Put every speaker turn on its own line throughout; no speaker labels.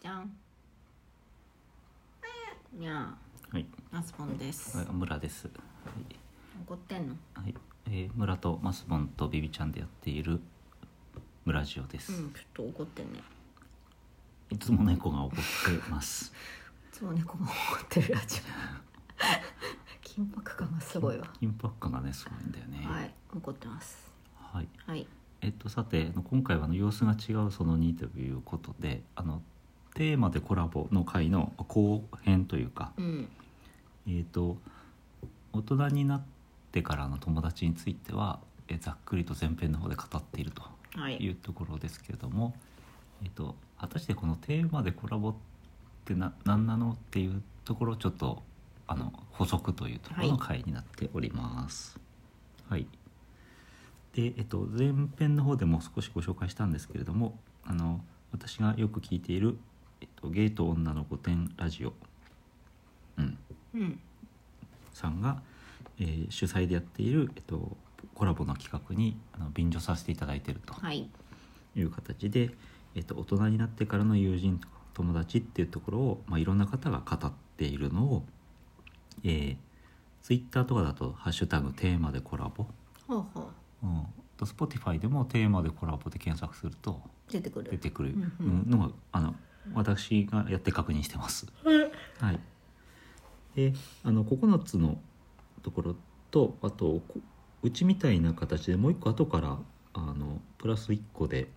じゃん。にゃ
はい、
あ、マスボンです。
あ村です。
怒ってんの。
はい、はいえー村とマスボンとビビちゃんでやっている村ジオです。
うん、ちょっと怒ってんね。
いつも猫が怒ってます。
いつも猫が怒ってるラジオ。緊迫感がすごいわ。
インパクトがねすごいんだよね。
はい、怒ってます。
はい。
はい。
えっとさてあの今回はあの様子が違うその2ということで、あのテーマでコラボの回の後編というか、
うん。
えっと大人になってからの友達については、えざっくりと前編の方で語っていると。
はいい。
うところですけれども、えっと果たしてこのテーマでコラボってな何なのっていうところをちょっとあの補足というところの回になっております。はい、で、えっと、前編の方でも少しご紹介したんですけれどもあの私がよく聞いている、えっと「ゲイと女の御殿ラジオ」うん、
うん。
さんが、えー主催でやっている、えっと、コラボの企画にあの便乗させていただいていると。
はい。
いう形で、えっと、大人になってからの友人とか友達っていうところを、まあ、いろんな方が語っているのを、えー、Twitter とかだと「ハッシュタグテーマでコラボ
ほうほう。」
うん、と Spotify でも「テーマでコラボ」で検索すると
出てく
出
る。
てくる
うんうん
のが、あの私がやって確認してます。はい、であの9つのところとあとこうちみたいな形でもう一個後からあのプラス1個で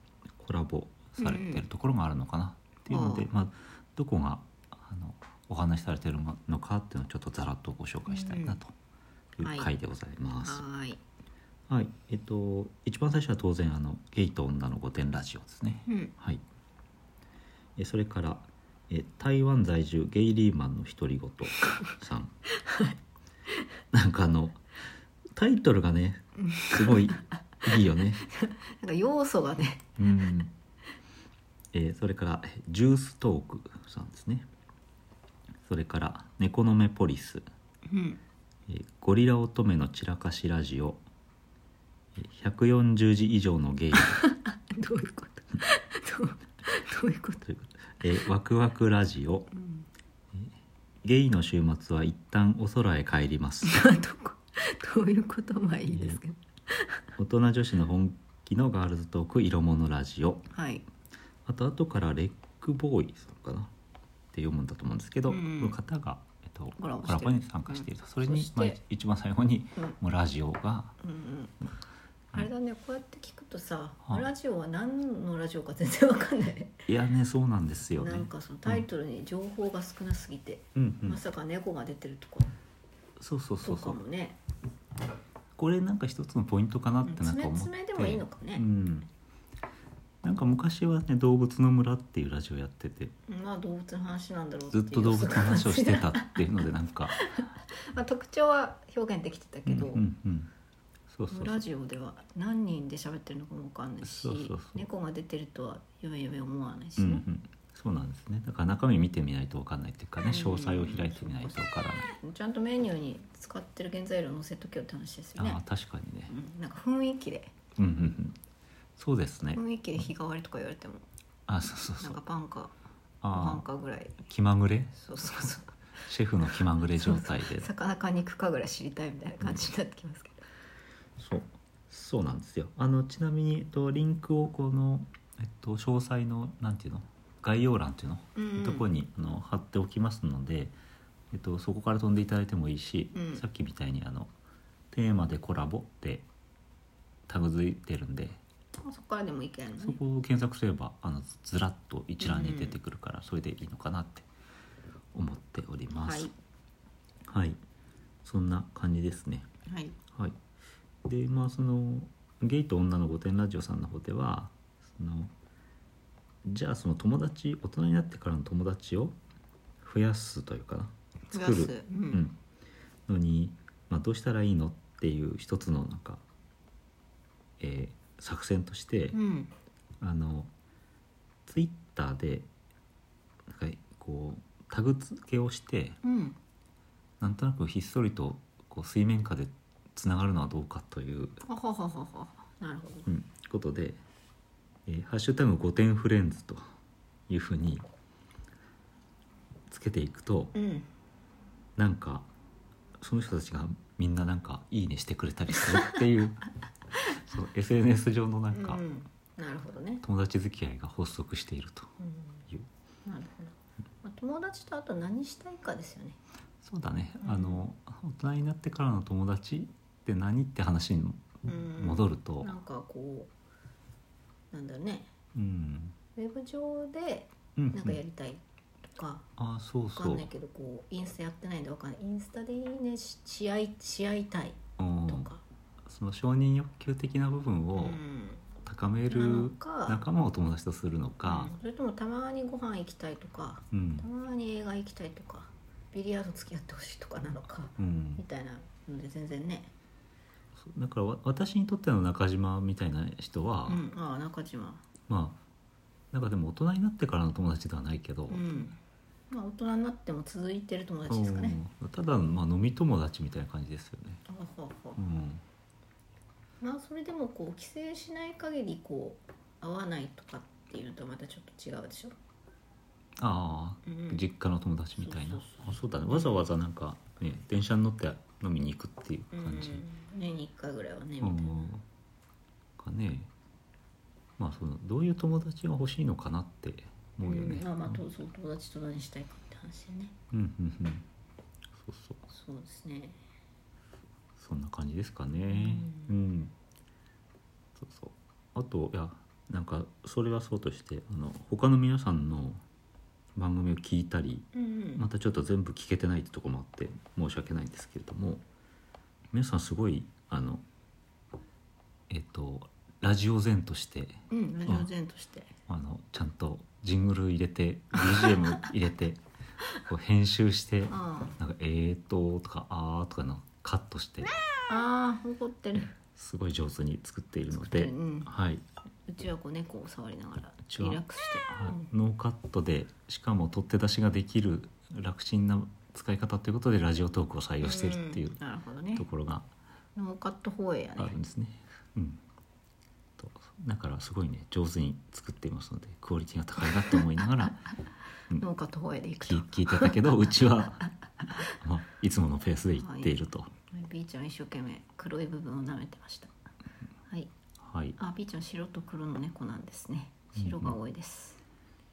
コラボされてるところがあるのかなっていうので、
うん
まあ、どこがあのお話しされてるのかっていうのをちょっとざらっとご紹介したいなと
う
い
んはいう
回でございます。
はーい。
はい、えっと一番最初は当然あの「ゲイと女の御殿ラジオ」ですね。
うん。
はい、えそれからえ台湾在住ゲイリーマンの独り言さんなんかあのタイトルがねすごいいいよね
なんか要素がね。
うん、えーそれからえジューストークさんですねそれから「猫の目ポリス」
うん。
えーゴリラ乙女の散らかしラジオ」えー140字以上のゲイ
どういうこと。どう。どういうこと。
ということで、えーワクワクラジオ」
うん。
ゲイの週末は一旦お空へ帰ります
どこ。どういうことまあいいですけど。
大人女子の本気のガールズトーク色物ラジオ
はい。
あと後からレックボーイさんかなって読むんだと思うんですけど、
うんうん
この方が、えっと、
コラボしてる
コに参加していると、それに
そして
まあ、一番最後に、
うん
もうラジオが
うんうんあれだね、こうやって聞くとさ、
はい
ラジオは何のラジオか全然わかんない、
いやねそうなんですよね
なんかそのタイトルに情報が少なすぎて、
うんうん
まさか猫が出てるとか
そうそうそ
と
うそ
か
う
もね
これなんか一つのポイントかなっ
うん
てなんか
爪
思って、
爪でもいいのか
う
ね、
んなんか昔はね「動物の村」っていうラジオやってて
まあ動物の話なんだろう
ずっと動物の話をしてたっていうのでなんか
まあ特徴は表現できてたけど、
うんうんうん、そうそうそ
ラ
う
ジオでは何人で喋ってるのかもわかんないし
そうそうそう
猫が出てるとは夢夢思わないし
うんう
ね、
ん、そうなんですねだから中身見てみないと分かんないっていうかね
うん
詳細を開いてみないと分からない、
ちゃんとメニューに使ってる原材料載せとけよって話ですよ
あ
ね
あ、確かにね
うん、なんか雰囲気で
うんうんうんそうですね
雰囲気で日替わりとか言われても
あそうそうそ
なんか
う
パンかパン
ああ
かぐらい
気まぐれ
そうそうそ
シェフの気まぐれ状態で
う魚か肉かぐらい知りたいみたいな感じになってきますけど、
そうそうなんですよあのちなみに、えっと、リンクをこの、えっと、詳細のなんていうの概要欄っていうの、
うんうん
ところにあの貼っておきますので、えっと、そこから飛んでいただいてもいいし、
うん
さっきみたいにあの「テーマでコラボ」ってタグ付いてるんで、
そこからでもいけんの
そ
ね
こを検索すればあのずらっと一覧に出てくるから、それでいいのかなって思っておりま
は
す。
い
はい、そんな感じですね。
はい
はい、でまあそのゲイと女の御殿ラジオさんの方ではそのじゃあその友達大人になってからの友達を増やすというかな作
プラ
る
ス、うん
うん、のに、まあ、どうしたらいいのっていう一つのなんか、えー作戦として、
うん
あのツイッターでなんかこうタグ付けをして
うん
なんとなくひっそりとこう水面下でつながるのはどうかという
はははははなるほど
うん、ことで、えーハッシュタグ5点フレンズ」というふうにけていくと
うん
なんかその人たちがみんななんか「いいね」してくれたりするっていう その SNS 上のなんか
うん、なるほどね、
友達付き合いが発足していると
うん、
いう
なるほど、まあ、友達とあと何したいかですよね
そうだね
うん
あの大人になってからの友達って何って話に
うん
戻ると
なんかこうなんだろうね
うん
ウェブ上で
うん
なんかやりたいとか、
あそう
わか
そ
ん
う
ないけどこうインスタやってないんでわかんないインスタでいいねしし合いし合いたい
うん
とか、
その承認欲求的な部分
うん
を高め
なの
る
か
仲間を友達とするのか
うんそれともたまにご飯行きたいとか
うん
たまに映画行きたいとかビリヤード付き合ってほしいとかなのか
うん
みたいなので全然ね、
そうだからわ私にとっての中島みたいな人は、
うん、ああ中島
まあなんかでも大人になってからの友達ではないけど、
うんまあ大人になっても続いてる友達ですかね
うんただ、まあ、飲み友達みたいな感じですよね、
あほうほう
うん、
まあそれでもこう帰省しない限りこう会わないとかっていうのとまたちょっと違うでしょ、
ああ、
うん
実家の友達みたいな
そうそうそう
あそうだねわざわざなんか、ね、電車に乗って飲みに行くっていう感じ、
うん、年に1回ぐらいはねみ
う
たい
ん
な、
かねまあそのどういう友達が欲しいのかなって思うよね、
んまあまあとそう友達と何したいかって話でね
うんうんうんそうそう
そうですね
そんな感じですかね
う
うん、そうそうあといやなんかそれはそうとしてあの他の皆さんの番組を聞いたり
うんうん、
またちょっと全部聞けてないってとこもあって申し訳ないんですけれども皆さんすごいあのえっとラジオ前として
うんラジオ前として
あのちゃんとジングル入れて BGM 入れてこう編集してなん
あ
か「えーと」とか「あー」とかのカットして
あああ怒ってる
すごい上手に作っているの
作って
で、
るうん
はい、
うちはこう猫を触りながら
ちは
リラックスして
ノーカットでしかも取って出しができる楽ちんな使い方ということでラジオトークを採用しているっていうん
なるほどね
ところが
ノーカット放映や
あ
ね
るんですね。うんとだからすごいね上手に作っていますのでクオリティが高いなと思いなが ら
ノーカット放映でいくと
聞聞いてたけどうちは、まあ、いつものペースで行っていると。
B ちゃん一生懸命黒い部分を舐めてましたはい
はい
あ B ちゃん白と黒の猫なんですね白が多いです、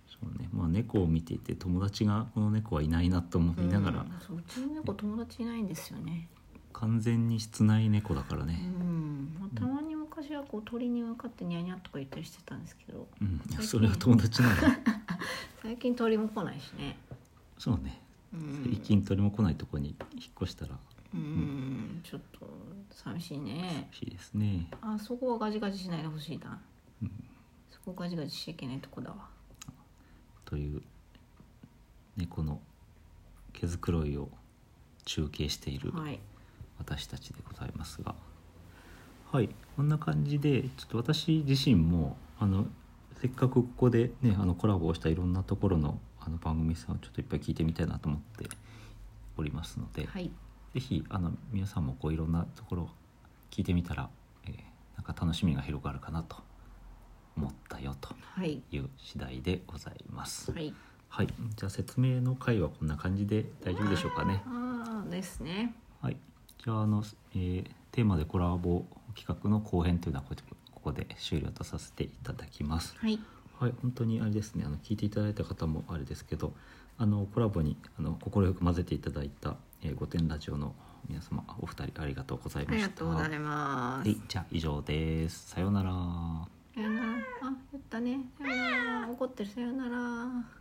そうねまあ、猫を見ていて友達がこの猫はいないなと思いながら、
うんそううちの猫友達いないんですよね
完全に室内猫だから
う
ね、
んまあたまに昔はこう鳥に向かってニャニャとか言ったりしてたんですけど
うんいやそれは友達なの
最近鳥も来ないしね
そうね
うん
一気に鳥も来ないとこに引っ越したら
うんちょっと寂しいね
しいですね
あそこはガジガジしないでほしいな、そこガジガジしちゃいけないとこだわ
という猫の毛づくろいを中継している
はい
私たちでございますがはいこんな感じでちょっと私自身もあのせっかくここでねあのコラボをしたいろんなところのあの番組さんをちょっといっぱい聞いてみたいなと思っておりますので、
はい
ぜひあの皆さんもこういろんなところを聞いてみたら、えーなんか楽しみが広がるかなと思ったよと
はい
いう次第でございます。
はい
はい、じゃあ説明の回はこんな感じで大丈夫でしょうかね。
ああですね
はい、じゃああの、えーテーマでコラボ企画の後編というのはこここで終了とさせていただきます。
はい
はい、本当にあれですね。あの聞いていただいた方もあれですけど、あのコラボにあの快く混ぜていただいた、えー、御殿ラジオの皆様お二人ありがとうござい
あ
ま
り
した。
がとうございます、
はい、じゃあ以上です。さようなら。
さよならあ言ったねさよなら怒ってるさよなら